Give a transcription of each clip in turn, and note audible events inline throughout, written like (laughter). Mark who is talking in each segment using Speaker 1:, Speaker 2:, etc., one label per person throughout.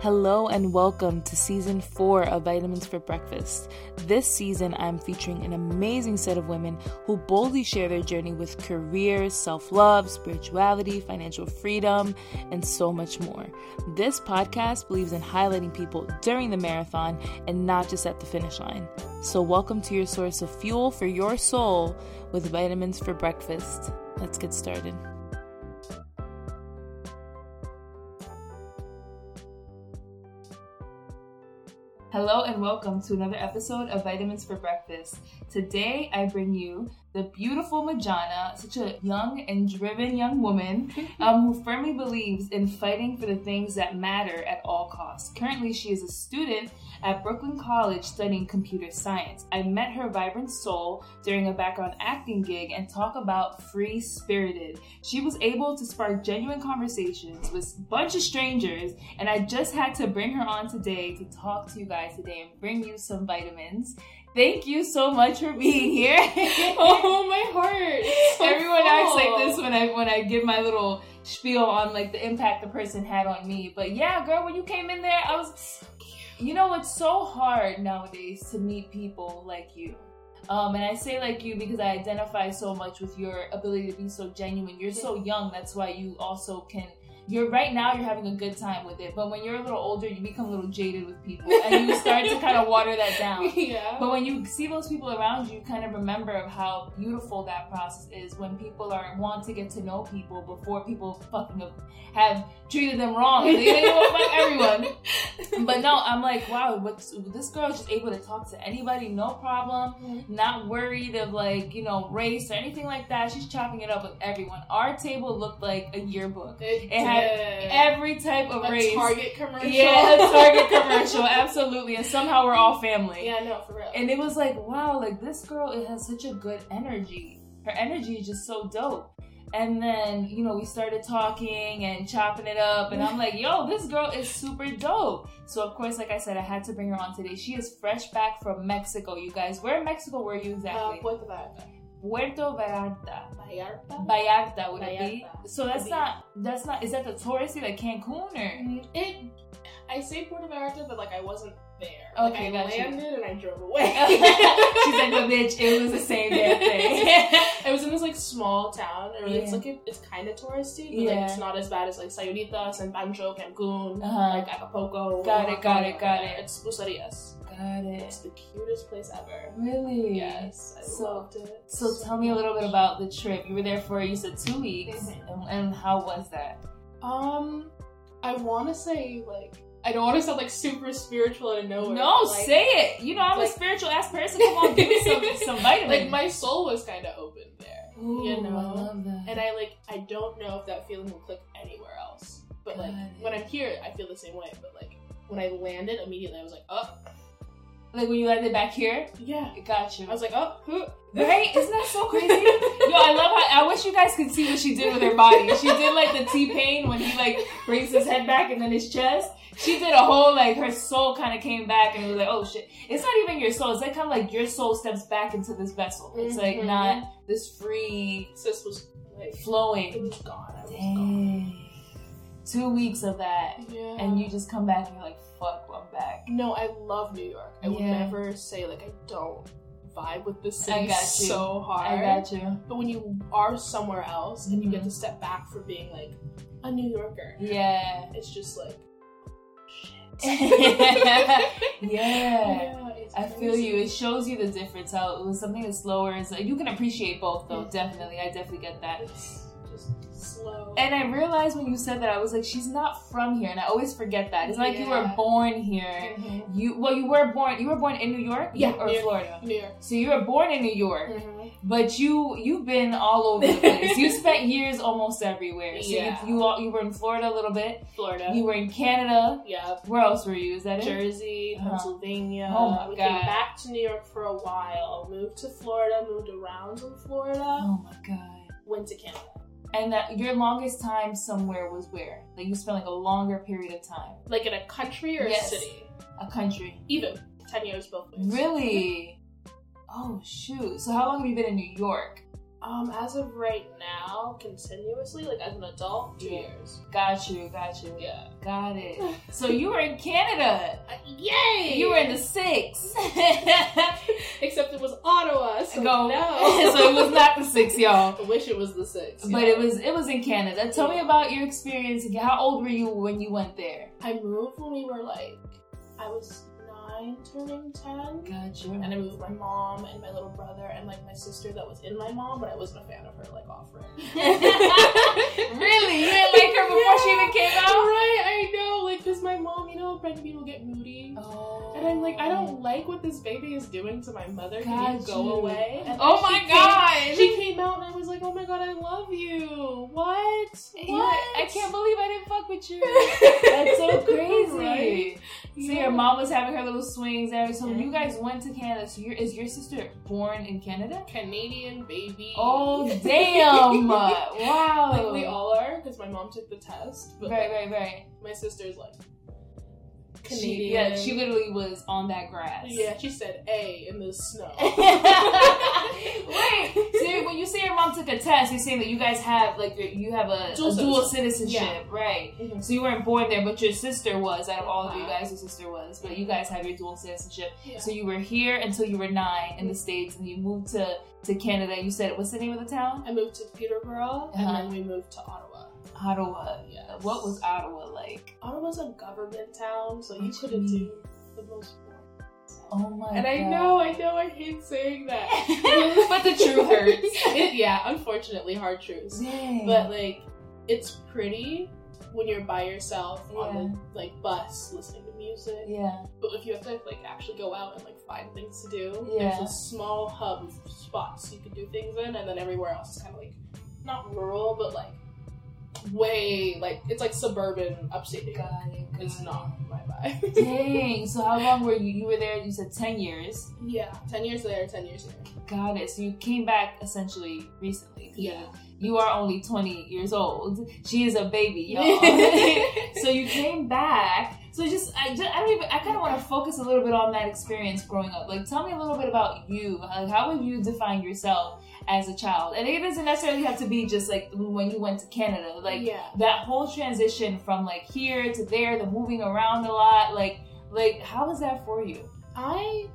Speaker 1: Hello and welcome to season four of Vitamins for Breakfast. This season, I'm featuring an amazing set of women who boldly share their journey with careers, self love, spirituality, financial freedom, and so much more. This podcast believes in highlighting people during the marathon and not just at the finish line. So, welcome to your source of fuel for your soul with Vitamins for Breakfast. Let's get started. Hello and welcome to another episode of Vitamins for Breakfast. Today I bring you the beautiful Majana, such a young and driven young woman um, who firmly believes in fighting for the things that matter at all costs. Currently, she is a student at Brooklyn College studying computer science. I met her vibrant soul during a background acting gig and talk about free spirited. She was able to spark genuine conversations with a bunch of strangers, and I just had to bring her on today to talk to you guys today and bring you some vitamins. Thank you so much for being
Speaker 2: (laughs)
Speaker 1: here. oh my heart!
Speaker 2: so
Speaker 1: Everyone acts
Speaker 2: full.
Speaker 1: like this when I when I give my little spiel on like the impact the person had on me. But yeah, girl, when you came in there, I was you know it's so hard nowadays to meet people like you um, and i say like you because i identify so much with your ability to be so genuine you're so young that's why you also can you're right now you're having a good time with it but when you're a little older you become a little jaded with people and you start to kind of water that (laughs) down
Speaker 2: yeah.
Speaker 1: but when you see those people around you, you kind of remember of how beautiful that process is when people are want to get to know people before people fucking have, have treated them wrong. They, they will
Speaker 2: (laughs)
Speaker 1: fuck everyone. But no, I'm like, wow, what's, this girl is just able to talk to anybody, no problem,
Speaker 2: Mm-hmm.
Speaker 1: not worried of like, you know, race or anything like that. She's chopping it up with everyone. Our table looked like a yearbook.
Speaker 2: it,
Speaker 1: had
Speaker 2: did.
Speaker 1: Every type of
Speaker 2: a
Speaker 1: race.
Speaker 2: Target commercial. (laughs)
Speaker 1: Yeah, a Target commercial, absolutely. And somehow we're all family.
Speaker 2: yeah, no, for real.
Speaker 1: And it was like, wow, like this girl it has such a good energy. Her energy is just so dope. And then, you know, we started talking and chopping it up. And I'm like, yo, this girl is super dope. So, of course, like I said, I had to bring her on today. She is fresh back from Mexico, you guys. Where in Mexico were you
Speaker 2: uh,
Speaker 1: exactly?
Speaker 2: Puerto Vallarta.
Speaker 1: Puerto Vallarta.
Speaker 2: Vallarta?
Speaker 1: Vallarta would it be?
Speaker 2: Vallarta.
Speaker 1: So that's
Speaker 2: Could be.
Speaker 1: not, that's not, is that the touristy, like Cancun or?
Speaker 2: Mm, It. I say Puerto Vallarta, but like I wasn't there.
Speaker 1: Okay,
Speaker 2: like, I
Speaker 1: got you.
Speaker 2: landed and
Speaker 1: (laughs)
Speaker 2: I drove away.
Speaker 1: She's like, "Well, bitch, it was the same damn thing.
Speaker 2: (laughs) It was in this like small town. I mean, it's
Speaker 1: Yeah.
Speaker 2: like it, it's kind of touristy, but
Speaker 1: Yeah.
Speaker 2: like it's not as bad as like Sayulita, San Pancho, Cancun,
Speaker 1: Uh-huh.
Speaker 2: like Acapulco.
Speaker 1: Got it, got it, got it.
Speaker 2: It's Lucerias.
Speaker 1: Got it.
Speaker 2: It's the cutest place ever.
Speaker 1: Really?
Speaker 2: Yes, I
Speaker 1: So-
Speaker 2: loved it.
Speaker 1: So tell me a little bit about the trip. You were there for you said two weeks,
Speaker 2: Mhm.
Speaker 1: and, and how was that?
Speaker 2: Um, I want to say like I don't want to sound like super spiritual out of nowhere.
Speaker 1: No,
Speaker 2: like,
Speaker 1: say it. You know I'm
Speaker 2: like-
Speaker 1: a spiritual ass person. Come on, give me
Speaker 2: (laughs)
Speaker 1: some some
Speaker 2: like
Speaker 1: vitamins.
Speaker 2: my soul was kind of open there, you
Speaker 1: Ooh, I
Speaker 2: know.
Speaker 1: love that.
Speaker 2: And I like I don't know if that feeling will click anywhere else, but like
Speaker 1: Got it.
Speaker 2: when I'm here, I feel the same way. But like when I landed immediately, I was like, oh
Speaker 1: like when you landed back here,
Speaker 2: yeah.
Speaker 1: it got you.
Speaker 2: I was like, oh, who?
Speaker 1: right? Isn't that so crazy? Yo, I love how I wish you guys could see what she did with her body. She did like the T pain when he like brings his head back and then his chest. She did a whole like her soul kind of came back and was like, oh shit. It's not even your soul. It's like kind of like your soul steps back into this vessel. It's like
Speaker 2: Mhm.
Speaker 1: not this free
Speaker 2: Sis was like, it
Speaker 1: flowing.
Speaker 2: was gone. I was gone.
Speaker 1: Dang. Two weeks of that,
Speaker 2: Yeah.
Speaker 1: and you just come back and you're like, fuck, I'm back.
Speaker 2: No, I love New York. I would
Speaker 1: Yeah.
Speaker 2: never say like I don't vibe with this city
Speaker 1: I got you.
Speaker 2: so hard.
Speaker 1: I got you.
Speaker 2: But when you are somewhere else and you get
Speaker 1: Mhm.
Speaker 2: to step back for being like a New Yorker, (laughs)
Speaker 1: Yeah. (laughs)
Speaker 2: it's just like
Speaker 1: yeah. yeah.
Speaker 2: it's
Speaker 1: I feel
Speaker 2: crazy.
Speaker 1: you. It shows you the difference. How it was something that's slower. It's like you can appreciate both, though.
Speaker 2: Mhm.
Speaker 1: Definitely, I definitely get that.
Speaker 2: It's just slow.
Speaker 1: And I realized when you said that, I was like, she's not from here, and I always forget that. It's not like you were
Speaker 2: Yeah.
Speaker 1: born here.
Speaker 2: Mhm.
Speaker 1: You well, you were born. You were born in New York,
Speaker 2: Yeah,
Speaker 1: or
Speaker 2: New York.
Speaker 1: Florida.
Speaker 2: New York.
Speaker 1: So you were born in New York, but you you've been all over the place.
Speaker 2: (laughs)
Speaker 1: you spent years almost everywhere. So
Speaker 2: Yeah.
Speaker 1: you you, all, you were in Florida a little bit.
Speaker 2: Florida.
Speaker 1: You were in Canada.
Speaker 2: yeah.
Speaker 1: Where else were you? Is that it?
Speaker 2: Jersey,
Speaker 1: Uh-huh.
Speaker 2: Pennsylvania.
Speaker 1: Oh my
Speaker 2: we
Speaker 1: God.
Speaker 2: came back to New York for a while. Moved to Florida. Moved around in Florida.
Speaker 1: Oh my god.
Speaker 2: Went to Canada.
Speaker 1: And that your longest time somewhere was where? Like you spent like a longer period of time.
Speaker 2: Like in a country or
Speaker 1: Yes.
Speaker 2: a city.
Speaker 1: A country.
Speaker 2: Even ten years both ways.
Speaker 1: Really? Oh shoot. So how long have you been in New York?
Speaker 2: Um, as of right now, continuously, like as an adult, two
Speaker 1: Yeah.
Speaker 2: years.
Speaker 1: Got you, got you.
Speaker 2: Yeah.
Speaker 1: (laughs) Got it. So you were in Canada.
Speaker 2: Uh, yay!
Speaker 1: You were in the six.
Speaker 2: (laughs) Except it was Ottawa, so
Speaker 1: Go. (laughs)
Speaker 2: no. (laughs)
Speaker 1: so it was not the six, y'all.
Speaker 2: I wish it was the six.
Speaker 1: But
Speaker 2: yeah.
Speaker 1: it was it was in Canada. Tell me about your experience. How old were you when you went there?
Speaker 2: I moved when we were like, I was nine, turning ten.
Speaker 1: Got
Speaker 2: And
Speaker 1: you.
Speaker 2: I moved with my mom and my little brother and like my sister that was in my mom, but I wasn't a fan of her like off
Speaker 1: (laughs)
Speaker 2: (laughs) rip.
Speaker 1: Really? (laughs) You didn't like her before she even came
Speaker 2: (laughs)
Speaker 1: out?
Speaker 2: Right, I know. Like, cause my mom, you know, pregnant people get moody.
Speaker 1: Oh.
Speaker 2: And I'm like, I don't like what this baby is doing to my mother. Can you
Speaker 1: Got
Speaker 2: go
Speaker 1: you.
Speaker 2: away? And
Speaker 1: Oh
Speaker 2: she
Speaker 1: my
Speaker 2: came-
Speaker 1: god!
Speaker 2: She came out and I was like, oh my god, I love you. What?
Speaker 1: You-
Speaker 2: What?
Speaker 1: I can't
Speaker 2: (laughs)
Speaker 1: believe I didn't fuck with you.
Speaker 2: believe
Speaker 1: That's (laughs) so crazy. So
Speaker 2: Yeah.
Speaker 1: your mom was having her little swings there. So when you guys went to Canada, so your is your sister born in Canada?
Speaker 2: Canadian baby.
Speaker 1: (laughs) Oh damn! wow.
Speaker 2: Like we all are, because my mom took the test. But
Speaker 1: right, right,
Speaker 2: like,
Speaker 1: right.
Speaker 2: my sister's like
Speaker 1: She-
Speaker 2: Canadian.
Speaker 1: yeah, she literally was on that grass. (laughs)
Speaker 2: Yeah, (laughs) she said A in the snow.
Speaker 1: Wait. So when you say your mom took a test, you're saying that you guys have like your- you have a a
Speaker 2: Dual
Speaker 1: dual,
Speaker 2: citizenship.
Speaker 1: citizenship, right?
Speaker 2: Mhm.
Speaker 1: So you weren't born there, but your sister was. Out of all of you
Speaker 2: Uh-huh.
Speaker 1: guys, your sister was. But you guys have your dual citizenship.
Speaker 2: Yeah.
Speaker 1: So you were here until you were nine in the States and you moved to, to Canada. You said, what's the name of the town?
Speaker 2: I moved to Peterborough
Speaker 1: Uh-huh.
Speaker 2: and then we moved to Ottawa.
Speaker 1: Ottawa.
Speaker 2: Yes.
Speaker 1: What was Ottawa like?
Speaker 2: Ottawa's a government town, so you
Speaker 1: What you
Speaker 2: couldn't
Speaker 1: mean?
Speaker 2: do the most boring stuff.
Speaker 1: Oh my
Speaker 2: And I know, I know, I hate
Speaker 1: (laughs)
Speaker 2: saying that.
Speaker 1: know.
Speaker 2: but the
Speaker 1: (laughs)
Speaker 2: (laughs) truth hurts. It- yeah, unfortunately, hard truths.
Speaker 1: Dang.
Speaker 2: But like, it's pretty when you're by yourself on the like bus listening to music.
Speaker 1: yeah.
Speaker 2: But if you have to like actually go out and like find things to do,
Speaker 1: Yeah.
Speaker 2: there's a small hub of spots you can do things in, and then everywhere else is kind of like not rural, but like way like it's like suburban upstate. New York.
Speaker 1: Got it. got
Speaker 2: It's
Speaker 1: it.
Speaker 2: not my vibe. (laughs)
Speaker 1: Dang. So how long were you? You were there, you said 10 years.
Speaker 2: yeah, ten years there, ten years here.
Speaker 1: Got it. So you came back essentially recently. You are only 20 years old. She is a baby,
Speaker 2: (laughs)
Speaker 1: y'all. so you came back. So just I, just, I don't even. I kind of want to focus a little bit on that experience growing up. Like, tell me a little bit about you. Like, how would you define yourself as a child? And it doesn't necessarily have to be just like when you went to Canada. Like
Speaker 2: yeah.
Speaker 1: that whole transition from like here to there, the moving around a lot. Like, like how was that for you?
Speaker 2: I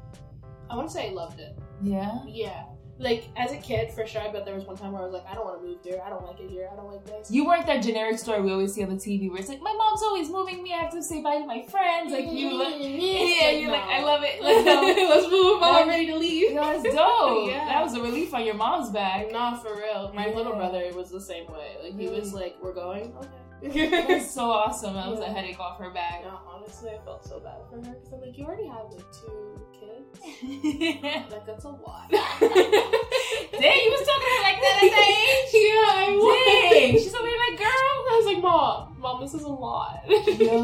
Speaker 2: I want to say I loved it.
Speaker 1: Yeah.
Speaker 2: Yeah. Like as a kid, for sure. I bet there was one time where I was like, I don't want to move here. I don't like it here. I don't like this.
Speaker 1: You weren't that generic story we always see on the TV where it's like, my mom's always moving me. I have to say bye to my friends. Like you,
Speaker 2: (laughs)
Speaker 1: like, yeah, you're like, I love it. Let's go.
Speaker 2: Let's move.
Speaker 1: I'm
Speaker 2: ready to leave.
Speaker 1: Yo,
Speaker 2: (laughs)
Speaker 1: that's dope.
Speaker 2: Yeah.
Speaker 1: That was a relief on your mom's back.
Speaker 2: Nah, for real. My
Speaker 1: Yeah.
Speaker 2: little brother was the same way. Like he was like, "We're going." Mm. (laughs) Okay.
Speaker 1: That's so awesome. That was a
Speaker 2: Yeah.
Speaker 1: headache off her back. (laughs)
Speaker 2: no, honestly, I felt so bad for her because I'm like, you already have like two kids.
Speaker 1: Dang,
Speaker 2: Like that's a (laughs) lot.
Speaker 1: you was talking to her like that at
Speaker 2: (laughs)
Speaker 1: that age?
Speaker 2: Yeah, I was.
Speaker 1: Dang, she's over here like, girl.
Speaker 2: I was like, "Mom, mom, this is a lot." (laughs)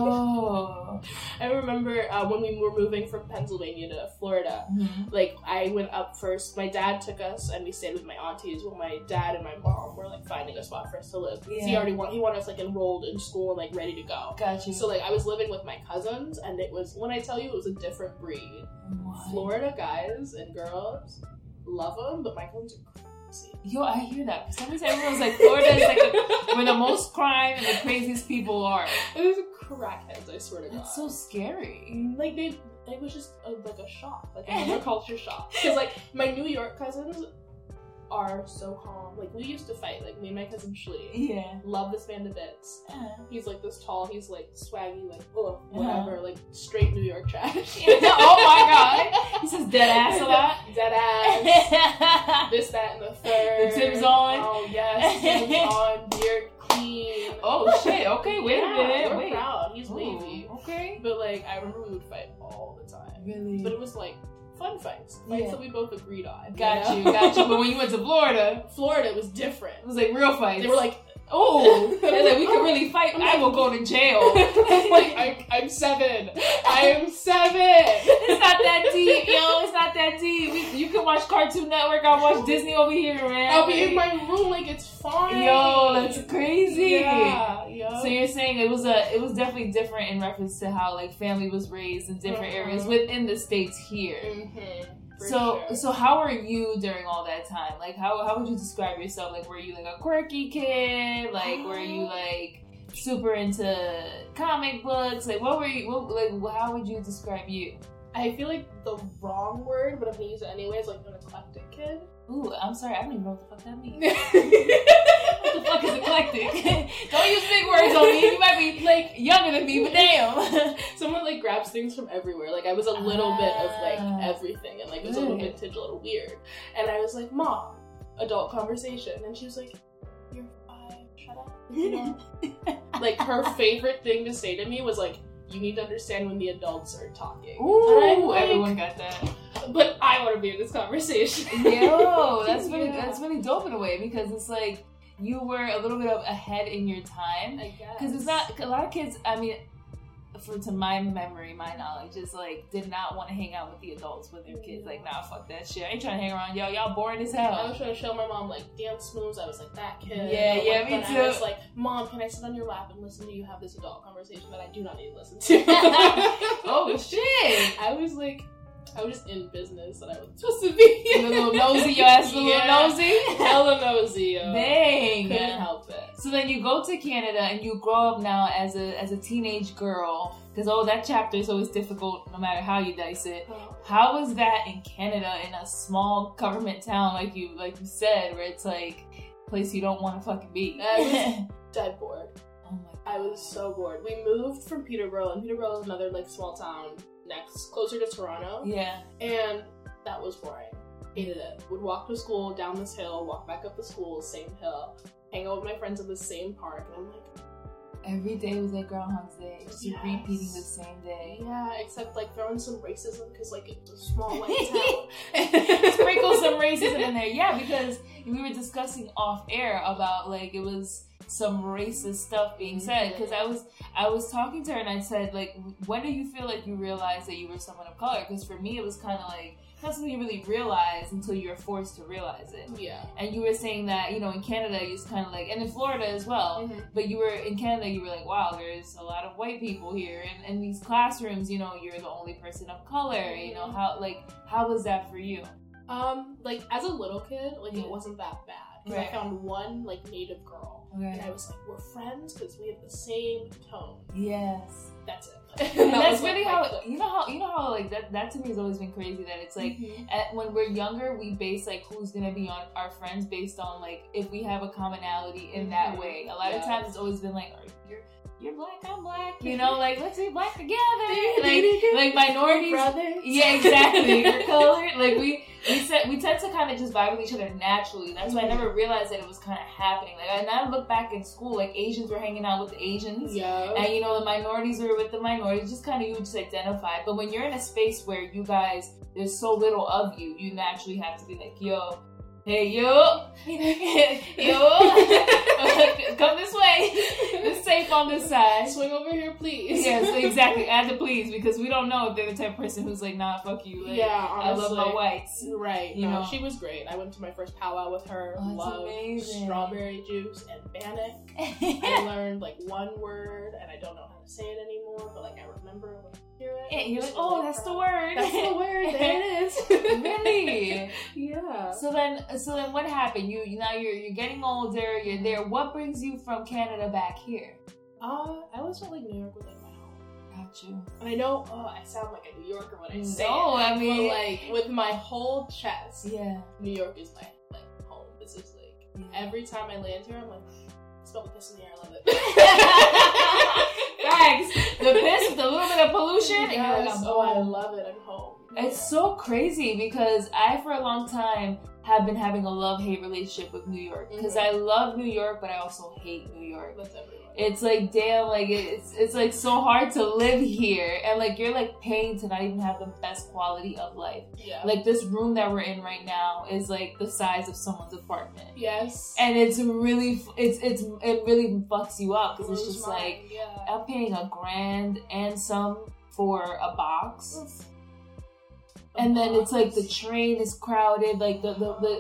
Speaker 1: Yo.
Speaker 2: I remember uh, when we were moving from Pennsylvania to Florida.
Speaker 1: Mm-hmm.
Speaker 2: Like I went up first. My dad took us, and we stayed with my aunties. While my dad and my mom were like finding a spot for us to live. 'Cause He
Speaker 1: Yeah.
Speaker 2: already want, he wanted us like enrolled in school and like ready to go.
Speaker 1: Got you.
Speaker 2: So like I was living with my cousins, and it was when I tell you it was a different breed.
Speaker 1: What?
Speaker 2: Florida guys and girls love them, but my cousins are crazy.
Speaker 1: Yo, I hear that. For some reason, everyone's like, Florida is like the- (laughs) where the most crime and the craziest people are.
Speaker 2: it was crackheads. I swear to God.
Speaker 1: That's so scary.
Speaker 2: And, like they it was just a, like a shock
Speaker 1: (laughs)
Speaker 2: like another culture shock because like my new york cousins are so calm like we used to fight like me and my cousin Shlee.
Speaker 1: Yeah.
Speaker 2: love this man to bits he's like this tall he's like swaggy like oh
Speaker 1: Yeah.
Speaker 2: whatever like straight new york trash
Speaker 1: (laughs) oh my god. He says dead ass a lot.
Speaker 2: (laughs) dead
Speaker 1: (laughs)
Speaker 2: ass
Speaker 1: oh
Speaker 2: this that and the third
Speaker 1: The Tim's on.
Speaker 2: oh yes
Speaker 1: (laughs)
Speaker 2: Tim's on beard clean
Speaker 1: Oh, shit. Okay, wait
Speaker 2: Yeah,
Speaker 1: a minute.
Speaker 2: we're
Speaker 1: wait. Oh.
Speaker 2: proud he's
Speaker 1: Ooh,
Speaker 2: wavy
Speaker 1: Okay.
Speaker 2: but like i remember we would fight all the time
Speaker 1: Really.
Speaker 2: But it was like fun fights, fights
Speaker 1: Yeah.
Speaker 2: that we both agreed on.
Speaker 1: Got you,
Speaker 2: know?
Speaker 1: got you. But when you went to Florida,
Speaker 2: (laughs) Florida was
Speaker 1: it
Speaker 2: different.
Speaker 1: was like real fights.
Speaker 2: They were like,
Speaker 1: (laughs) "Oh, they're like, we can
Speaker 2: (laughs)
Speaker 1: really fight.
Speaker 2: I'm
Speaker 1: I
Speaker 2: like-
Speaker 1: will go to
Speaker 2: (laughs)
Speaker 1: jail."
Speaker 2: like I, I'm seven. I am
Speaker 1: (laughs)
Speaker 2: seven.
Speaker 1: It's not that deep, yo. It's not that deep. We, you can watch Cartoon Network. I watch Disney over here, man.
Speaker 2: I'll be in my room like it's fine.
Speaker 1: Yo, that's crazy.
Speaker 2: Yeah, yo.
Speaker 1: So you're saying it was a, it was definitely different in reference to how like family was raised in different
Speaker 2: Mhm.
Speaker 1: areas within the states here.
Speaker 2: Mhm. For
Speaker 1: so
Speaker 2: sure.
Speaker 1: so how were you during all that time? Like how how would you describe yourself? Like were you like a quirky kid? Like were you like super into comic books? Like what were you what, like how would you describe you?
Speaker 2: I feel like the wrong word, but I'm gonna use it anyways. Like an eclectic kid.
Speaker 1: Ooh, I'm sorry, I don't even know (laughs) what the fuck that means.
Speaker 2: (laughs) what
Speaker 1: what the fuck is eclectic? (laughs) don't use big words on me. You might be like younger than me, but damn. (laughs)
Speaker 2: Someone like grabs things from everywhere. Like I was a little bit of
Speaker 1: Ah.
Speaker 2: like everything, and like it was a little
Speaker 1: Good.
Speaker 2: vintage, a little weird. And I was like, "Mom, adult conversation," and she was like, "You're five. Shut up." you know? (laughs) like her favorite thing to say to me was like, "You need to understand when the adults are talking." and I'm
Speaker 1: Ooh,
Speaker 2: like,
Speaker 1: everyone got that.
Speaker 2: But I want to be in this conversation.
Speaker 1: (laughs) Yo, that's really
Speaker 2: Yeah.
Speaker 1: that's really dope in a way because it's like you were a little bit of ahead in your time
Speaker 2: I guess
Speaker 1: because it's not a lot of kids. I mean, for to my memory, my knowledge is like did not want to hang out with the adults with their kids. Like, nah, fuck that shit. I ain't trying to hang around y'all. Y'all boring as
Speaker 2: I
Speaker 1: hell.
Speaker 2: was trying to show my mom like dance moves. I was like that kid.
Speaker 1: Yeah,
Speaker 2: But,
Speaker 1: yeah,
Speaker 2: like,
Speaker 1: me
Speaker 2: then I was
Speaker 1: too.
Speaker 2: like, Mom, can I sit on your lap and listen to you have this adult conversation that I do not need to listen to? oh,
Speaker 1: (laughs) Oh
Speaker 2: (laughs)
Speaker 1: shit!
Speaker 2: I was like, I was just in business that I was supposed to be.
Speaker 1: You (laughs) little nosy, your ass, a little
Speaker 2: Yeah.
Speaker 1: nosy.
Speaker 2: Hella nosy. yo.
Speaker 1: Dang.
Speaker 2: Couldn't help it.
Speaker 1: So then you go to Canada and you grow up now as a as a teenage girl because oh that chapter is always difficult no matter how you dice it. How was that in Canada in a small government town like you like you said where it's like a place you don't want to fucking be?
Speaker 2: I was- Dead bored.
Speaker 1: (laughs) oh my
Speaker 2: I was so bored. We moved from Peterborough, and Peterborough is another like small town next, closer to Toronto.
Speaker 1: yeah.
Speaker 2: And that was boring. Hated it. Would walk to school down this hill, walk back up the school, same hill, hang out with my friends in the same park. And I'm like,
Speaker 1: Every day was like Groundhog's Day. Just
Speaker 2: Yes.
Speaker 1: repeating the same day.
Speaker 2: yeah, except like throwing some racism because like it's a small white town.
Speaker 1: Sprinkle some racism in there, yeah, because we were discussing off air about like it was some racist stuff being said. Because I was I was talking to her and I said like, when do you feel like you realize that you were someone of color? Because for me, it was kind of like not something you really realize until you're forced to realize it.
Speaker 2: Yeah.
Speaker 1: And you were saying that, you know, in Canada, it's kind of like, and in Florida as well, but you were in Canada, you were like, wow, there's a lot of white people here. And in these classrooms, you know, you're the only person of color. You know, how, like, how was that for you?
Speaker 2: Um, like as a little kid, like
Speaker 1: Yeah.
Speaker 2: it wasn't that bad. 'Cause
Speaker 1: Right.
Speaker 2: I found one like native girl, and I was like, we're friends because we have the same tone.
Speaker 1: (laughs) Yes.
Speaker 2: That's it.
Speaker 1: And
Speaker 2: That
Speaker 1: that's
Speaker 2: was, like,
Speaker 1: really
Speaker 2: my
Speaker 1: how,
Speaker 2: clique.
Speaker 1: you know how, you know how, like, that, that to me has always been crazy that it's like,
Speaker 2: (laughs) Mhm.
Speaker 1: at, when we're younger, we base like who's gonna be on our friends based on like if we have a commonality in that
Speaker 2: Mhm.
Speaker 1: way. A lot of
Speaker 2: Yeah. Mm-hmm.
Speaker 1: times it's always been like, "Are- you're you're black, I'm black, you know, like let's be black together, like like minorities.
Speaker 2: brothers.
Speaker 1: Yeah, exactly. We're colored. Like we we said we tend to kind of just vibe with each other naturally. That's why I
Speaker 2: Mm-hmm.
Speaker 1: never realized that it was kind of happening. Like and I look back in school, like Asians were hanging out with Asians.
Speaker 2: Yeah.
Speaker 1: And you know, the minorities are with the minorities, just kind of you just identify. But when you're in a space where you guys, there's so little of you, you naturally have to be like, yo, hey, yo, (laughs) yo, (laughs) come this way. It's safe on this side.
Speaker 2: Swing over here, please.
Speaker 1: Yes,
Speaker 2: (laughs)
Speaker 1: exactly. Add the please because we don't know if they're the type of person who's like, nah, fuck you. Like,
Speaker 2: yeah,
Speaker 1: I
Speaker 2: honestly.
Speaker 1: love my whites.
Speaker 2: Right.
Speaker 1: You
Speaker 2: no,
Speaker 1: know.
Speaker 2: she was great. I went to my first powwow with her.
Speaker 1: Oh, that's
Speaker 2: Loved
Speaker 1: amazing.
Speaker 2: strawberry juice and bannock. (laughs) I learned like one word, and I don't know how to say it anymore, but like I remember when I hear it.
Speaker 1: And you're like,
Speaker 2: Just
Speaker 1: oh,
Speaker 2: like,
Speaker 1: that's the word.
Speaker 2: (laughs) That's the word. There it is.
Speaker 1: (laughs) really?
Speaker 2: (laughs) Yeah.
Speaker 1: So then, so then, what happened? You you- now you're you're getting older. You're there. What brings you from Canada back here?
Speaker 2: Uh, I always felt like New York was like my home.
Speaker 1: Got you.
Speaker 2: And I know, oh, I sound like a New Yorker when I say
Speaker 1: No,
Speaker 2: it.
Speaker 1: I mean-
Speaker 2: but like with my whole chest,
Speaker 1: Yeah.
Speaker 2: New York is my like home. This is like Every time I land here, I'm like, smell the piss in the air. I
Speaker 1: (laughs)
Speaker 2: love it.
Speaker 1: Facts.
Speaker 2: (laughs)
Speaker 1: The piss, the little bit of pollution. and you're like,
Speaker 2: Yes.
Speaker 1: I'm
Speaker 2: oh, I
Speaker 1: home.
Speaker 2: love it. I'm home.
Speaker 1: It's so crazy because I, for a long time, have been having a love hate relationship with New York because
Speaker 2: Mhm.
Speaker 1: I love New York, but I also hate New York.
Speaker 2: That's everyone.
Speaker 1: It's like damn, like it's it's like so hard to live here, and like you're like paying to not even have the best quality of life.
Speaker 2: yeah.
Speaker 1: Like this room that we're in right now is like the size of someone's apartment,
Speaker 2: yes.
Speaker 1: and it's really it's it's it really fucks you up because it's
Speaker 2: Blows
Speaker 1: just
Speaker 2: mine,
Speaker 1: like
Speaker 2: yeah.
Speaker 1: I'm paying a grand and some for a box. and then it's like the train is crowded like the the, the,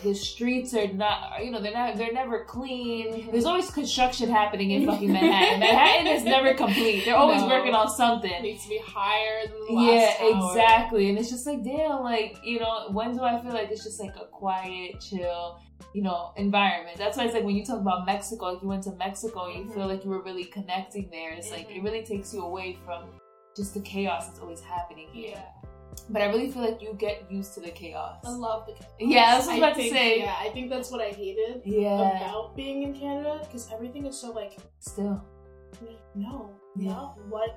Speaker 1: the, the streets are not you know they're not they're never clean there's always construction happening in fucking manhattan manhattan is never complete they're always
Speaker 2: No.
Speaker 1: working on
Speaker 2: It
Speaker 1: something
Speaker 2: needs to be higher than the last
Speaker 1: yeah
Speaker 2: tower.
Speaker 1: exactly and it's just like damn like you know when do i feel like it's just like a quiet chill you know environment that's why it's like when you talk about mexico like you went to mexico you
Speaker 2: Mm-hmm.
Speaker 1: feel like you were really connecting there it's like it really takes you away from just the chaos that's always happening here
Speaker 2: Yeah,
Speaker 1: but I really feel like you get used to the chaos.
Speaker 2: I love the. Chaos.
Speaker 1: Yeah, that's what I was about to
Speaker 2: think-
Speaker 1: say.
Speaker 2: Yeah, I think that's what I hated
Speaker 1: Yeah,
Speaker 2: about being in Canada because everything is so like
Speaker 1: still.
Speaker 2: No.
Speaker 1: Yeah.
Speaker 2: No. What?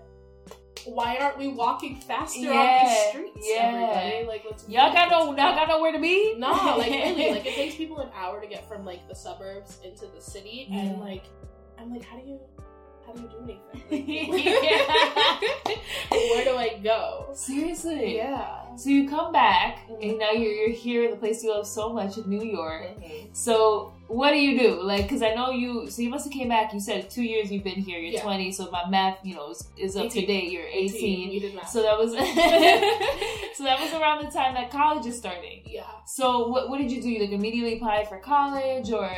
Speaker 2: Why aren't we walking faster on
Speaker 1: Yeah,
Speaker 2: the streets?
Speaker 1: yeah.
Speaker 2: Everybody? Like, let's
Speaker 1: Y'all got no, y'all got nowhere to be.
Speaker 2: No,
Speaker 1: (laughs)
Speaker 2: like really, like it takes people an hour to get from like the suburbs into the city,
Speaker 1: Yeah.
Speaker 2: and like I'm like, how do you, how do you do anything?
Speaker 1: (laughs) Yeah.
Speaker 2: Like, (laughs) Where do I go?
Speaker 1: (laughs) seriously.
Speaker 2: Yeah.
Speaker 1: So you come back,
Speaker 2: Mhm.
Speaker 1: and now you're you're here in the place you love so much in New
Speaker 2: Mm-hmm.
Speaker 1: York. So what do you do? Like, cause I know you. So you must have came back. You said two years you've been here. You're
Speaker 2: Yeah.
Speaker 1: 20. So my math, you know, is, is up to
Speaker 2: 18.
Speaker 1: date. You're 18.
Speaker 2: You did not.
Speaker 1: So that was (laughs) so that was around the time that college is starting.
Speaker 2: yeah.
Speaker 1: So what what did you do? You like immediately applied for college or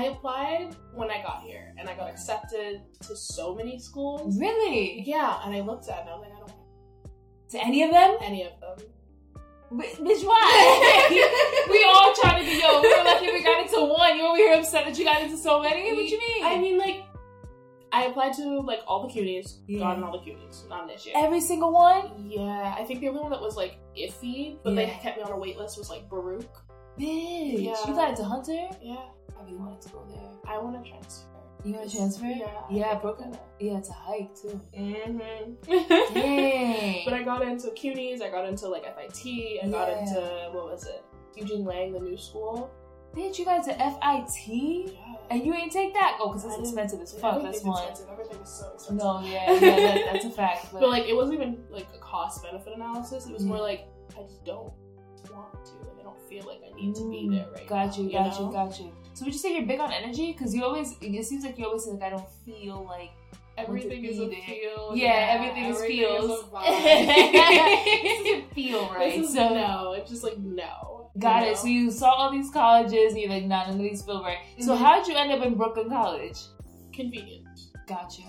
Speaker 2: I applied when I got here, and I got accepted to so many schools.
Speaker 1: really?
Speaker 2: Yeah, and I looked at it, and I was like, I don't want
Speaker 1: To any of them?
Speaker 2: any of them.
Speaker 1: B- bitch, why? (laughs) we all trying to be yo. We were lucky we got into one. You over here upset that you got into so many? What you mean?
Speaker 2: I mean, like, I applied to like all the cuties,
Speaker 1: Yeah.
Speaker 2: gotten all the cuties, not an issue.
Speaker 1: every single one,
Speaker 2: yeah, I think the only one that was like iffy, but
Speaker 1: Yeah.
Speaker 2: they kept me on a wait list was like Baruch.
Speaker 1: bitch.
Speaker 2: Yeah.
Speaker 1: You got into Hunter.
Speaker 2: Yeah,
Speaker 1: I really wanted to go there.
Speaker 2: I want to transfer.
Speaker 1: You want to transfer?
Speaker 2: Yeah,
Speaker 1: Yeah, Brooklyn. Yeah, to hike
Speaker 2: (laughs)
Speaker 1: too.
Speaker 2: Mm-hmm.
Speaker 1: Dang.
Speaker 2: (laughs) But I got into cuties. I got into like FIT. I got
Speaker 1: Yeah.
Speaker 2: into what was it? Eugene Lang, the new school.
Speaker 1: bitch, you got into FIT
Speaker 2: Yeah.
Speaker 1: and you ain't take that? Oh, because
Speaker 2: I
Speaker 1: it's
Speaker 2: didn't-
Speaker 1: expensive as fuck. That's
Speaker 2: Everything's
Speaker 1: one.
Speaker 2: expensive. Everything is so expensive.
Speaker 1: No,
Speaker 2: (laughs)
Speaker 1: yeah, yeah, that, that's a fact. But,
Speaker 2: But like, it wasn't even like a cost benefit analysis. It was more
Speaker 1: Mm.
Speaker 2: like I just don't want to. Like I don't feel like I need to be there right
Speaker 1: Got
Speaker 2: now.
Speaker 1: you, got you,
Speaker 2: know?
Speaker 1: got you. So would you say you're big on energy? Because you always, it seems like you always say like I don't feel like.
Speaker 2: Everything is Oh, a
Speaker 1: Need it.
Speaker 2: feel.
Speaker 1: Yeah, everything is feels. (laughs)
Speaker 2: a
Speaker 1: this
Speaker 2: vibe.
Speaker 1: doesn't feel right.
Speaker 2: (laughs) This is
Speaker 1: so
Speaker 2: no. It's just like no.
Speaker 1: got
Speaker 2: you
Speaker 1: it.
Speaker 2: know?
Speaker 1: So you saw all these colleges, and you're like, nah, none of these feel right. So
Speaker 2: Mhm.
Speaker 1: how'd you end up in Brooklyn College?
Speaker 2: convenient.
Speaker 1: Gotcha.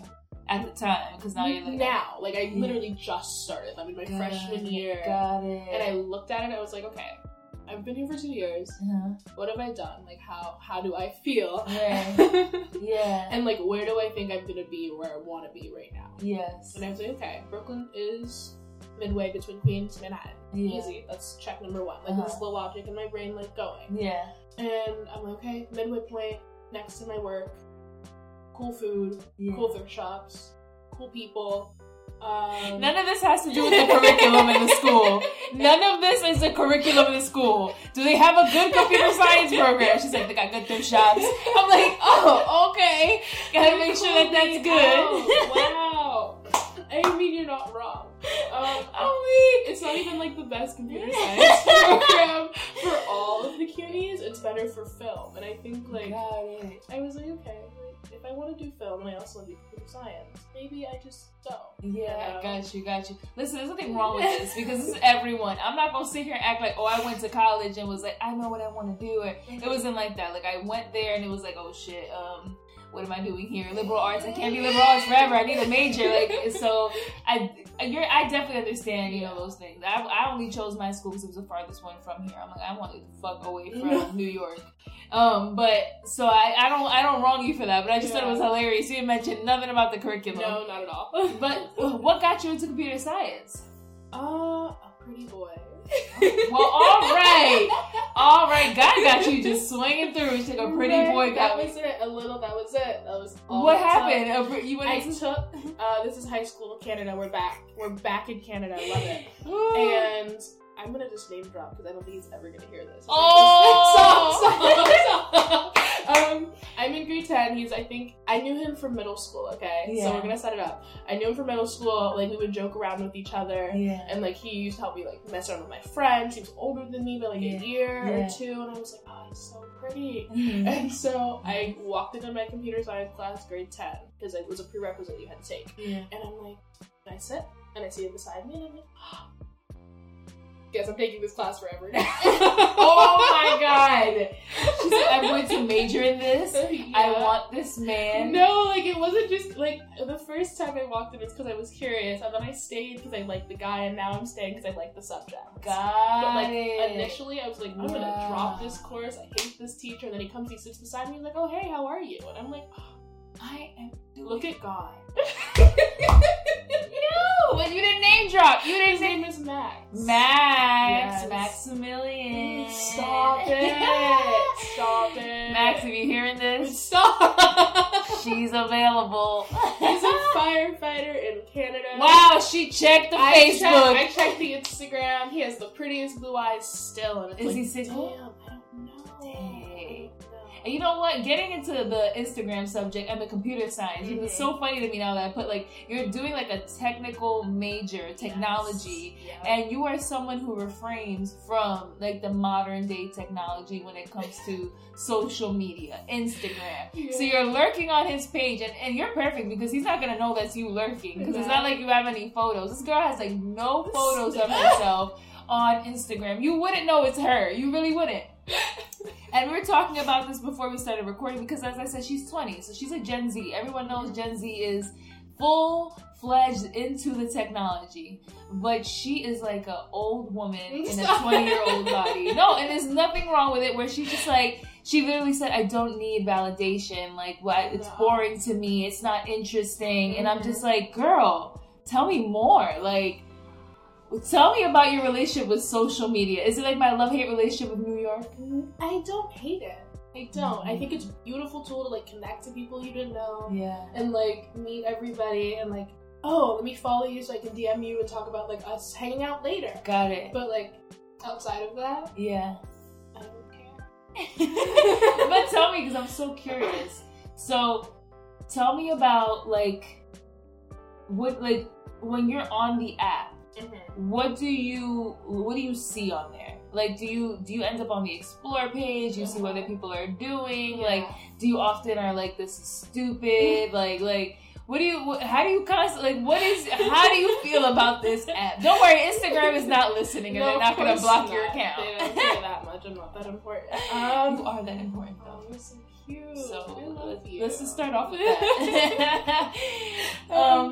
Speaker 1: At the time, because now you're like,
Speaker 2: now, like I
Speaker 1: Yeah.
Speaker 2: literally just started. I'm in my
Speaker 1: Got
Speaker 2: freshman
Speaker 1: it,
Speaker 2: year,
Speaker 1: Got it.
Speaker 2: and I looked at it. I was like, okay, I've been here for two years.
Speaker 1: Uh-huh.
Speaker 2: What have I done? Like how how do I
Speaker 1: (laughs)
Speaker 2: (laughs) feel?
Speaker 1: Right. Uh-huh. Yeah.
Speaker 2: and like where do I think I'm gonna be where I want to be right now?
Speaker 1: yes.
Speaker 2: And I was like, okay, Brooklyn is midway between Queens and Manhattan.
Speaker 1: Yeah. Uh-huh.
Speaker 2: Easy. That's check number one. Like this is the logic in my brain like going.
Speaker 1: Yeah.
Speaker 2: And I'm like, okay, midway point, next to my work, cool food,
Speaker 1: Yeah.
Speaker 2: cool thrift shops, cool people. Um,
Speaker 1: None of this has to do with the curriculum in the
Speaker 2: (laughs)
Speaker 1: school. None of this is the curriculum in the school. Do they have a good computer science program? She's like, they got good thrift shops. I'm like, oh, okay. (laughs) Gotta make sure that that's (laughs) good.
Speaker 2: wow. I mean, you're not wrong. Um,
Speaker 1: Oh,
Speaker 2: it's not even like the best
Speaker 1: (laughs)
Speaker 2: computer science program for all of the cuties. It's better for film, and I think like
Speaker 1: Got it.
Speaker 2: I was like, okay, like, if I want to do film and I also want to do computer science, maybe I just don't.
Speaker 1: Yeah, got you, got you. Listen, there's nothing wrong with this because this is everyone. I'm not gonna sit here and act like, oh, I went to college and was like, I know what I want to do, or It wasn't like that. Like I went there and it was like, oh shit, um, what am I doing here? Liberal arts. I can't be liberal arts forever. I need a major. Like so, I you're, I definitely understand. You know those things. I, I only chose my school because it was the farthest one from here. I'm like, I want to get the fuck away from New York. Um, but so I, I don't I don't wrong you for that. But I just thought it was hilarious. You didn't mention nothing about the curriculum.
Speaker 2: no, not at all.
Speaker 1: But uh, what got you into computer science? (laughs)
Speaker 2: uh, a pretty boy.
Speaker 1: Well, all right, all right. God got you just swinging through. It's like a pretty
Speaker 2: Right,
Speaker 1: boy got
Speaker 2: That
Speaker 1: me.
Speaker 2: was it. A little. That was it. That was all.
Speaker 1: What
Speaker 2: that's up.
Speaker 1: happened? A br- you went
Speaker 2: I
Speaker 1: into- (laughs)
Speaker 2: took. Uh, this is high school Canada. We're back. We're back in Canada. I love it.
Speaker 1: Ooh. (laughs)
Speaker 2: And I'm gonna just name drop because I don't think he's ever gonna hear this. (laughs)
Speaker 1: Oh!
Speaker 2: Stop, stop, stop. um, I'm in grade ten. He's I think I knew him from middle school. Okay,
Speaker 1: Yeah.
Speaker 2: so we're gonna set it up. I knew him from middle school. Like we would joke around with each other.
Speaker 1: yeah.
Speaker 2: And like he used to help me like mess around with my friends. He was older than me by like
Speaker 1: Yeah.
Speaker 2: a year
Speaker 1: Yeah.
Speaker 2: or two, and I was like, oh, he's so pretty.
Speaker 1: Mhm.
Speaker 2: And so I walked into my computer science class, grade ten, because it was a prerequisite you had to take.
Speaker 1: Yeah.
Speaker 2: And I'm like, (gasps) can I sit? And I see him beside me, and I'm like, yes, I'm taking this class forever (laughs) now. (laughs)
Speaker 1: oh my god. She said, I'm going to major in this. I
Speaker 2: Yeah.
Speaker 1: want this man.
Speaker 2: No, like it wasn't just like the first time I walked in, it's because I was curious, and then I stayed because I liked the guy, and now I'm staying because I like the subject.
Speaker 1: God.
Speaker 2: But like
Speaker 1: it.
Speaker 2: initially, I was like, I'm gonna
Speaker 1: Yeah.
Speaker 2: drop this course. I hate this teacher. And then he comes, he sits beside me, he's like, Oh hey, how are you? And I'm like,
Speaker 1: I am.
Speaker 2: Look at God.
Speaker 1: No, you didn't name drop. You
Speaker 2: His
Speaker 1: didn't name.
Speaker 2: name is Max. (laughs)
Speaker 1: Max.
Speaker 2: Yes.
Speaker 1: Maximilian.
Speaker 2: Stop
Speaker 1: (laughs)
Speaker 2: it! Stop it!
Speaker 1: Max, if you're hearing this, (laughs)
Speaker 2: stop.
Speaker 1: she's (laughs) available.
Speaker 2: He's a (laughs) firefighter in Canada.
Speaker 1: wow, she checked the
Speaker 2: I
Speaker 1: Facebook.
Speaker 2: checked, I checked the Instagram. He has the prettiest blue eyes still. And it's
Speaker 1: Is
Speaker 2: like,
Speaker 1: he single?
Speaker 2: Damn, I don't know.
Speaker 1: Dang.
Speaker 2: I
Speaker 1: And you know what? Getting into the Instagram subject and the computer science,
Speaker 2: Mhm.
Speaker 1: it's so funny to me now that I put like you're doing like a technical major,
Speaker 2: don't know.
Speaker 1: technology,
Speaker 2: Yes. Yeah.
Speaker 1: and you are someone who refrains from like the modern day technology when it comes to social media, Instagram. So you're lurking on his page, and, and you're perfect because he's not gonna know that's you lurking because it's
Speaker 2: No.
Speaker 1: not like you have any photos. This girl has like no photos of herself on Instagram. You wouldn't know it's her. You really wouldn't. And we were talking about this before we started recording because, as I said, she's 20, so she's a Gen Z. Everyone knows Gen Z is full fledged into the technology, but she is like an old woman in a
Speaker 2: Stop.
Speaker 1: 20 year old body. No, and there's nothing wrong with it. Where she's just like, she literally said, "I don't need validation. Like, what? It's
Speaker 2: No.
Speaker 1: boring to me. It's not interesting." And I'm
Speaker 2: Mhm.
Speaker 1: just like, "Girl, tell me more. Like." Tell me about your relationship with social media. Is it like my love hate relationship with New York?
Speaker 2: I don't hate it. I don't. I think it's a beautiful tool to like connect to people you didn't know
Speaker 1: Mm-hmm. Yeah.
Speaker 2: and like meet everybody and like oh let me follow you so I can DM you and talk about like us hanging out later.
Speaker 1: Got it.
Speaker 2: But like outside of that,
Speaker 1: Yeah.
Speaker 2: I don't
Speaker 1: (laughs)
Speaker 2: care.
Speaker 1: but tell me, because I'm so curious. So, tell me about like what like when you're on the app.
Speaker 2: mm-hmm.
Speaker 1: What do you what do you see on there? Like, do you do you end up on the explore page? You see what other people are doing. Like, do you often are like this is
Speaker 2: (laughs)
Speaker 1: stupid? Like, like. What do you? wh- How do you constantly? Like, what is? How do you feel about this app? Don't worry, Instagram is not listening, and they're
Speaker 2: of
Speaker 1: not going to
Speaker 2: course
Speaker 1: block your
Speaker 2: not.
Speaker 1: account.
Speaker 2: They don't care that much. I'm not that
Speaker 1: (laughs)
Speaker 2: important.
Speaker 1: you
Speaker 2: Um,
Speaker 1: are that important, though.
Speaker 2: oh, you're so cute. I
Speaker 1: So
Speaker 2: love
Speaker 1: let's,
Speaker 2: you.
Speaker 1: let's just start
Speaker 2: (laughs)
Speaker 1: off with (laughs) that. um,
Speaker 2: um,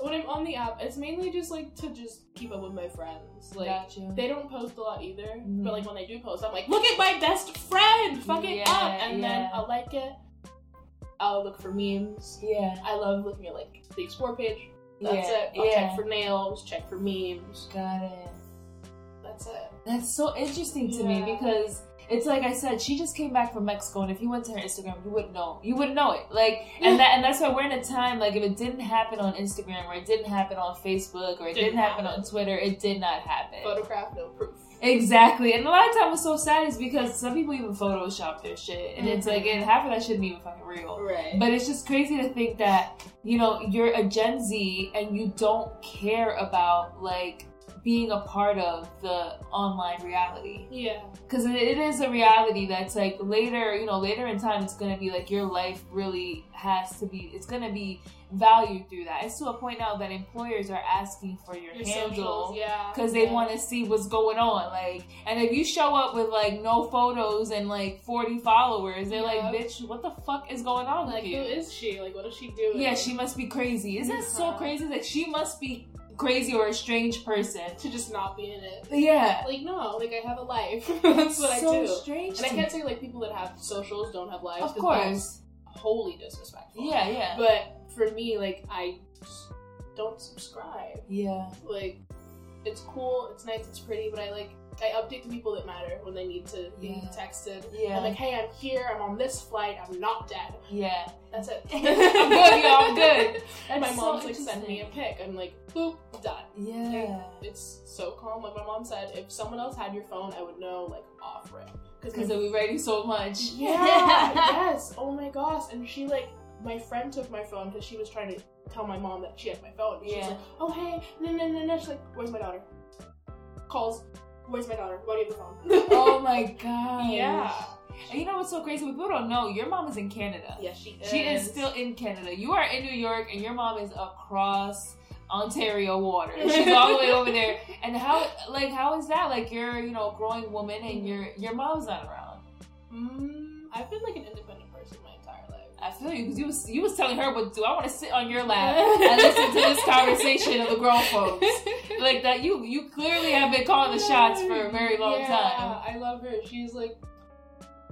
Speaker 2: when I'm on the app, it's mainly just like to just keep up with my friends. Like they don't post a lot either,
Speaker 1: Mhm.
Speaker 2: but like when they do post, I'm like, look at my best friend, fuck it
Speaker 1: Yeah,
Speaker 2: up, and then
Speaker 1: yeah.
Speaker 2: I'll like it. I'll look for memes.
Speaker 1: yeah,
Speaker 2: I love looking at like the explore page. That's it. I'll check for nails, check for memes.
Speaker 1: Got it.
Speaker 2: That's it.
Speaker 1: That's so interesting to me
Speaker 2: Yeah.
Speaker 1: because it's like I said, she just came back from Mexico, and if you went to her Instagram, you wouldn't know. You wouldn't know it. Like, and that, and that's why we're in a time like if it didn't happen on Instagram or it didn't happen on Facebook or it didn't,
Speaker 2: Didn't
Speaker 1: happen,
Speaker 2: happen.
Speaker 1: on Twitter, it did not happen.
Speaker 2: Photograph, no proof.
Speaker 1: Exactly, and a lot of time what's so sad is because some people even Photoshop their shit, and it's like, and half of that shouldn't even fucking real.
Speaker 2: Right.
Speaker 1: But it's just crazy to think that, you know, you're a Gen Z and you don't care about like being a part of the online reality.
Speaker 2: yeah.
Speaker 1: Cause it- it is a reality that's like later, you know, later in time it's gonna be like your life really has to be it's gonna be valued through that. It's to a point now that employers are asking for your,
Speaker 2: Your
Speaker 1: handle
Speaker 2: socials, yeah.
Speaker 1: because they want to see what's going on. Like, and if you show up with like no photos and like forty followers, they're
Speaker 2: Yeah.
Speaker 1: like, "Bitch, what the fuck is going on
Speaker 2: Like,
Speaker 1: with you?"
Speaker 2: who is she? Like, what is she doing?
Speaker 1: yeah, she must be crazy. Isn't it so
Speaker 2: Uh-huh.
Speaker 1: crazy that she must be crazy or a strange person?
Speaker 2: to just not be in it.
Speaker 1: Yeah,
Speaker 2: Like, no, like I have a life. (laughs) That's what
Speaker 1: so
Speaker 2: I do.
Speaker 1: strange.
Speaker 2: And I
Speaker 1: to
Speaker 2: can't say like people that have socials don't have lives.
Speaker 1: me. of
Speaker 2: 'cause
Speaker 1: course.
Speaker 2: that's wholly disrespectful.
Speaker 1: Yeah, yeah,
Speaker 2: But for me, like I s- don't subscribe.
Speaker 1: yeah.
Speaker 2: Like it's cool, it's nice, it's pretty, but I like I update the people that matter when they need to be
Speaker 1: Yeah.
Speaker 2: texted.
Speaker 1: Yeah,
Speaker 2: I'm like, hey, I'm here. I'm on this flight. I'm not dead.
Speaker 1: yeah.
Speaker 2: That's
Speaker 1: (laughs)
Speaker 2: it.
Speaker 1: I'm good, y'all. I'm good.
Speaker 2: And my
Speaker 1: That's so
Speaker 2: mom's like, send me a
Speaker 1: interesting.
Speaker 2: pic. I'm like, boop, done.
Speaker 1: Yeah,
Speaker 2: It's so calm. Like my mom said, if someone else had your phone, I would know like off rip
Speaker 1: because we already so much. (laughs)
Speaker 2: Yeah, yes. Oh my gosh. And she like my friend took my phone because she was trying to tell my mom that she had my phone. She was
Speaker 1: Yeah.
Speaker 2: like, Oh hey, no no no no. She's like, Where's my daughter? Calls, where's my daughter? Why do you have the phone?
Speaker 1: oh my god.
Speaker 2: yeah.
Speaker 1: And you know what's so crazy? People don't know your mom is in Canada.
Speaker 2: Yeah, she is.
Speaker 1: She is still in Canada. You are in New York, and your mom is across Ontario water. She's all the way over there. And how like how is that? Like you're you know a growing woman and your your mom's not around.
Speaker 2: Mm, I've been like an independent person my entire life.
Speaker 1: I feel you because you was you was telling her, "Well, do I want to sit on your lap and listen to this conversation of the grown folks?"
Speaker 2: (laughs)
Speaker 1: Like that, you you clearly have been calling the shots for a very long
Speaker 2: Yeah,
Speaker 1: time.
Speaker 2: I love her. She's like,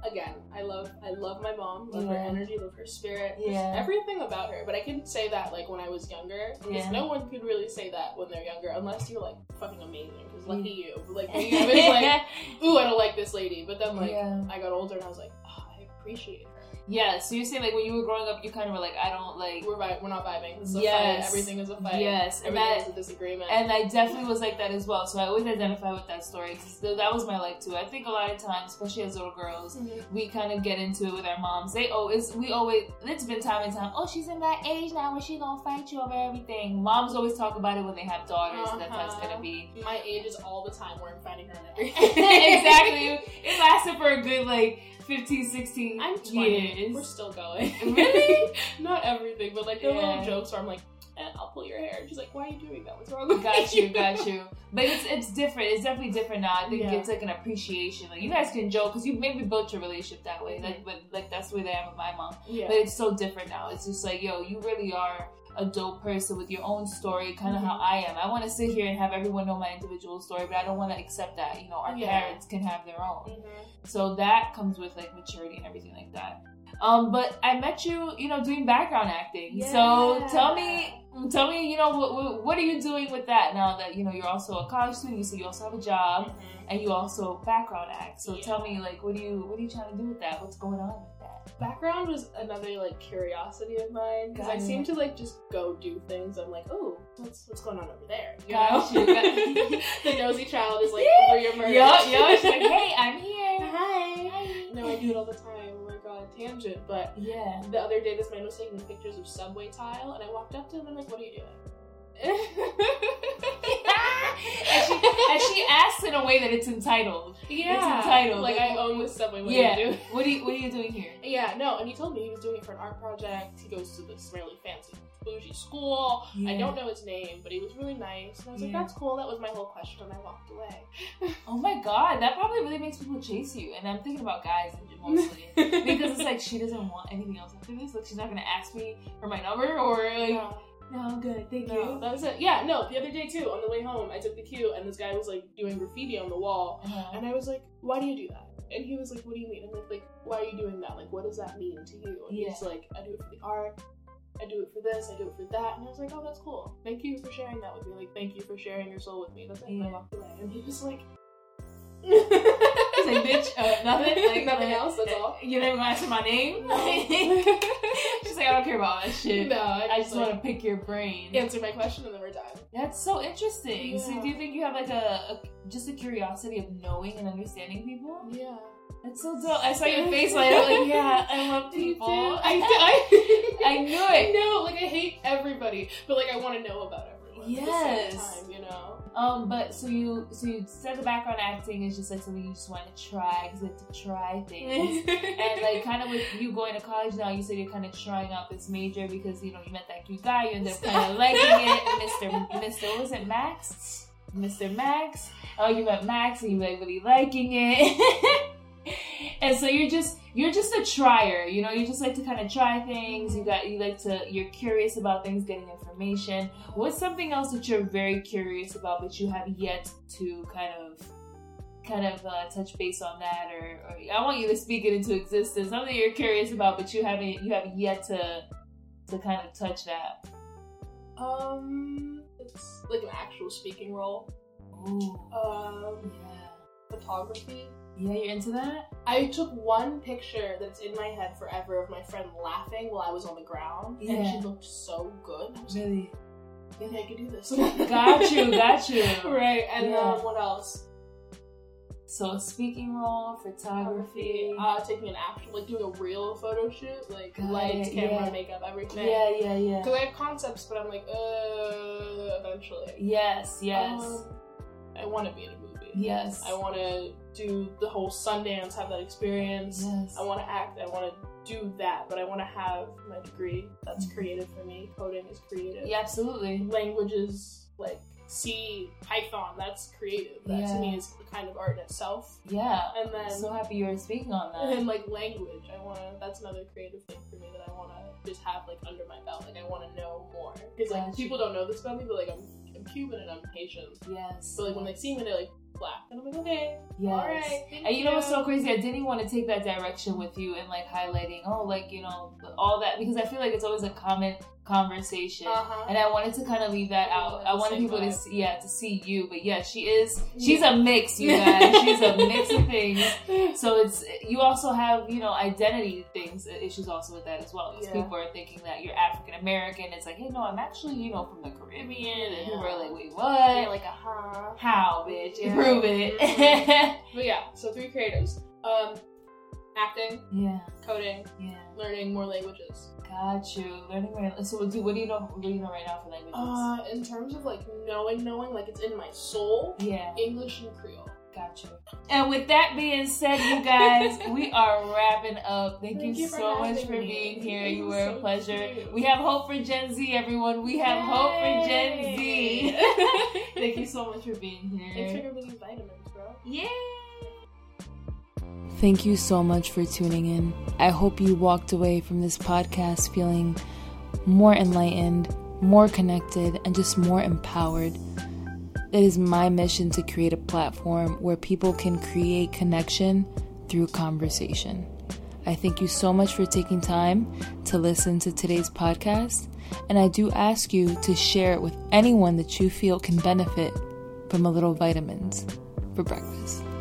Speaker 2: again, I love, I love my mom. Love her
Speaker 1: Yeah.
Speaker 2: energy. Love her spirit.
Speaker 1: Yeah.
Speaker 2: Everything about her. But I can say that like when I was younger, because
Speaker 1: Yeah.
Speaker 2: no one could really say that when they're younger, unless you're like fucking amazing. Because lucky
Speaker 1: Mm.
Speaker 2: you.
Speaker 1: (laughs)
Speaker 2: Like when you're (laughs) always like,
Speaker 1: yeah.
Speaker 2: ooh, I don't like this lady. But then like I got older and I was like, oh, I appreciate her.
Speaker 1: yeah. So you say like when you were growing up, you kind of were like, I don't like.
Speaker 2: We're vi- we're not vibing. This is a
Speaker 1: Yes.
Speaker 2: fight. Everything is a fight.
Speaker 1: Yes, and
Speaker 2: Everything
Speaker 1: that
Speaker 2: is a disagreement.
Speaker 1: and I definitely was like that as well. So I always identify with that story. 'cause that was my life too. I think a lot of times, especially as little girls, we kind of get into it with our moms. They always, we always, it's been time and time. Oh, she's in that age now where she gonna fight you over everything. Moms always talk about it when they have daughters. and That's how it's
Speaker 2: Uh-huh.
Speaker 1: gonna be. (laughs)
Speaker 2: My age is all the time where I'm fighting her on everything.
Speaker 1: exactly. It lasted for a good like 15, 16
Speaker 2: I'm 20.
Speaker 1: years.
Speaker 2: We're still (laughs) going.
Speaker 1: Really?
Speaker 2: Not everything, but like the
Speaker 1: Yeah.
Speaker 2: little jokes where I'm like, eh, I'll pull your hair. And she's like, Why are you doing that? What's wrong with
Speaker 1: Got you, got you. But it's it's different. It's definitely different now. I think
Speaker 2: Yeah.
Speaker 1: it's like an appreciation. Like you guys can joke because you maybe built your relationship that way. Like, but like that's the way that I am with my mom.
Speaker 2: (laughs) Yeah.
Speaker 1: But it's so different now. It's just like, yo, you really are a dope person with your own story, kind of how
Speaker 2: Mm-hmm.
Speaker 1: I am. I want to sit here and have everyone know my individual story, but I don't want to accept that. You know, our
Speaker 2: Yeah.
Speaker 1: parents can have their own.
Speaker 2: Mhm.
Speaker 1: So that comes with like maturity and everything like that. Um, but I met you, you know, doing background acting. So
Speaker 2: Yeah.
Speaker 1: tell me, tell me, you know, what, what what are you doing with that now that you know you're also a college student? You say you also have a job
Speaker 2: Mhm.
Speaker 1: and you also background act. So
Speaker 2: Yeah.
Speaker 1: tell me, like, what do you what are you trying to do with that? What's going on with that?
Speaker 2: Background was another like curiosity of mine because
Speaker 1: Got
Speaker 2: I
Speaker 1: it.
Speaker 2: seem to like just go do things. I'm like, oh, what's what's going on over there? You
Speaker 1: Got
Speaker 2: know?
Speaker 1: you,
Speaker 2: (laughs)
Speaker 1: got-
Speaker 2: the nosy child is like over your murder.
Speaker 1: Yup, yup. She's
Speaker 2: (laughs)
Speaker 1: like, hey, I'm here.
Speaker 2: Uh-huh. hi. No, I do it all the time. Oh my god, tangent. But
Speaker 1: Yeah.
Speaker 2: the other day, this man was taking pictures of subway tile, and I walked up to him and like, what are you
Speaker 1: (laughs)
Speaker 2: doing?
Speaker 1: and she and she asks in a way that it's entitled.
Speaker 2: yeah,
Speaker 1: entitled.
Speaker 2: Like I own this subway. What
Speaker 1: Yeah.
Speaker 2: do you do?
Speaker 1: What are you what are you doing here?
Speaker 2: Yeah, no. And he told me he was doing it for an art project. He goes to this really fancy bougie school. I don't know his name, but he was really nice. And I was like,
Speaker 1: Yeah.
Speaker 2: that's cool. That was my whole question. And I walked away.
Speaker 1: Oh my god, that probably really makes people chase you. And I'm thinking about guys mostly.
Speaker 2: (laughs)
Speaker 1: because it's like she doesn't want anything else after this. Like she's not gonna ask me for my number or like no,
Speaker 2: Yeah.
Speaker 1: I'm good, thank
Speaker 2: No,
Speaker 1: you.
Speaker 2: that was it. Yeah, no. The other day too, on the way home, I took the cue, and this guy was like doing graffiti on the wall,
Speaker 1: Uh-huh.
Speaker 2: and I was like, "Why do you do that?" And he was like, "What do you mean?" I'm like, "Like, why are you doing that? Like, what does that mean to you?" And
Speaker 1: Yeah.
Speaker 2: he's like, "I do it for the art. I do it for this. I do it for that." And I was like, "Oh, that's cool. Thank you for sharing that with me. Like, thank you for sharing your soul with me." That's it. And I
Speaker 1: Yeah.
Speaker 2: walked away, and he was like,
Speaker 1: It's
Speaker 2: (laughs)
Speaker 1: like bitch, uh, nothing, like
Speaker 2: Nothing
Speaker 1: like,
Speaker 2: else, that's all.
Speaker 1: You never answer my name. (laughs) she's like, I don't care about all that shit.
Speaker 2: "No, I just,
Speaker 1: I just
Speaker 2: like,
Speaker 1: want to pick your brain.
Speaker 2: answer my question, and then we're done."
Speaker 1: That's so interesting. So,
Speaker 2: Yeah.
Speaker 1: do you think you have like a, a just a curiosity of knowing and understanding people?
Speaker 2: Yeah,
Speaker 1: That's so dope. I saw
Speaker 2: (laughs)
Speaker 1: your face light up. Like, yeah, I love people. (laughs)
Speaker 2: I, do- I, (laughs)
Speaker 1: I knew it.
Speaker 2: know, like I hate everybody, but like I want to know about everyone. At the
Speaker 1: Yes.
Speaker 2: same time, you know.
Speaker 1: Um, but so you so you said the background acting is just like something you just want to try because like to try
Speaker 2: (laughs)
Speaker 1: things. (laughs) And like kind of with you going to college now, you said you're kind of trying out this major because you know you met that cute guy, you ended up kind of liking it, Mr. Mr. What was it Max? Mr. Max. Oh, you met Max and you like really liking it. (laughs) and so you're just you're just a trier, you know. You just like to kind of try things. You got you like to you're curious about things, getting information. What's something else that you're very curious about, but you have yet to kind of, kind of uh, touch base on that, or, or I want you to speak it into existence. Something you're curious about, but you haven't, you have yet to, to kind of touch that.
Speaker 2: um, it's like an actual speaking role.
Speaker 1: Ooh, yeah,
Speaker 2: Um, photography.
Speaker 1: yeah, you're into that.
Speaker 2: I took one picture that's in my head forever of my friend laughing while I was on the ground, and
Speaker 1: Yeah.
Speaker 2: she looked so good. I was like,
Speaker 1: Really,
Speaker 2: "Yeah, I could do this.
Speaker 1: (laughs) got you, got you.
Speaker 2: (laughs) Right, and
Speaker 1: Yeah.
Speaker 2: um, what else?
Speaker 1: So speaking role, photography.
Speaker 2: Uh, taking an actual, like doing a real photo shoot, like
Speaker 1: Got
Speaker 2: lights,
Speaker 1: it,
Speaker 2: camera,
Speaker 1: yeah.
Speaker 2: makeup, everything.
Speaker 1: yeah, yeah, yeah.
Speaker 2: Because I have concepts, but I'm like, uh, eventually.
Speaker 1: Yes, yes,
Speaker 2: Um, I want to be in a movie.
Speaker 1: yes.
Speaker 2: I want to do the whole Sundance, have that experience.
Speaker 1: Yes.
Speaker 2: I want to act. I want to do that, but I want to have my degree. That's creative for me. Coding is creative.
Speaker 1: Mm-hmm. Yeah, absolutely.
Speaker 2: Languages like C, Python, that's creative. That
Speaker 1: Yeah.
Speaker 2: to me is a kind of art in itself.
Speaker 1: Yeah.
Speaker 2: And then
Speaker 1: so happy you're speaking on
Speaker 2: (laughs) and (laughs)
Speaker 1: that.
Speaker 2: then like language, I want to. That's another creative thing for me that I want to just have like under my belt. Like I want to know more because like
Speaker 1: Gotcha.
Speaker 2: people don't know this about me, but like I'm, I'm Cuban and I'm Haitian.
Speaker 1: Yes.
Speaker 2: So like when they see me, they're like black, and I'm like okay,
Speaker 1: yes.
Speaker 2: all right. thank
Speaker 1: And you know what's so crazy? I didn't want to take that direction with you and like highlighting, oh, like, you know, all that, because I feel like it's always a common conversation.
Speaker 2: Uh-huh.
Speaker 1: And I wanted to kind of leave that out. I wanted
Speaker 2: Same
Speaker 1: people to
Speaker 2: vibe.
Speaker 1: see, yeah to see you, but yeah, she is she's a mix,
Speaker 2: (laughs)
Speaker 1: you guys. she's a mix of things. So it's you also have you know identity things uh, issues also with that as well because
Speaker 2: Yeah.
Speaker 1: people are thinking that you're African American. It's like hey no, I'm actually you know from the Caribbean, and people
Speaker 2: Yeah.
Speaker 1: are like wait (laughs)
Speaker 2: They're
Speaker 1: what?
Speaker 2: like uh-huh.
Speaker 1: How bitch?
Speaker 2: Yeah.
Speaker 1: Prove it.
Speaker 2: Mhm. But yeah, so three creatives. Um, acting,
Speaker 1: (laughs) yeah,
Speaker 2: coding,
Speaker 1: yeah,
Speaker 2: learning more languages.
Speaker 1: got you. Learning right. So do what do you know? What do you know right now for languages?
Speaker 2: Uh, in terms of like knowing, knowing, like it's in my soul.
Speaker 1: yeah.
Speaker 2: English and Creole.
Speaker 1: Gotcha. And with that being said, you
Speaker 2: (laughs)
Speaker 1: guys, we are wrapping up. Thank,
Speaker 2: Thank
Speaker 1: you,
Speaker 2: you for
Speaker 1: so much
Speaker 2: having
Speaker 1: for
Speaker 2: me.
Speaker 1: being here.
Speaker 2: This
Speaker 1: You
Speaker 2: was
Speaker 1: were a
Speaker 2: so
Speaker 1: pleasure.
Speaker 2: cute.
Speaker 1: We have hope for Gen Z, everyone. We have hope for Gen Z. (laughs) Thank you so much for being
Speaker 2: Thanks for
Speaker 1: here.
Speaker 2: giving me vitamins, bro.
Speaker 1: Yay!
Speaker 3: Thank you so much for tuning in. I hope you walked away from this podcast feeling more enlightened, more connected, and just more empowered. It is my mission to create a platform where people can create connection through conversation. I thank you so much for taking time to listen to today's podcast, and I do ask you to share it with anyone that you feel can benefit from a little vitamins for breakfast.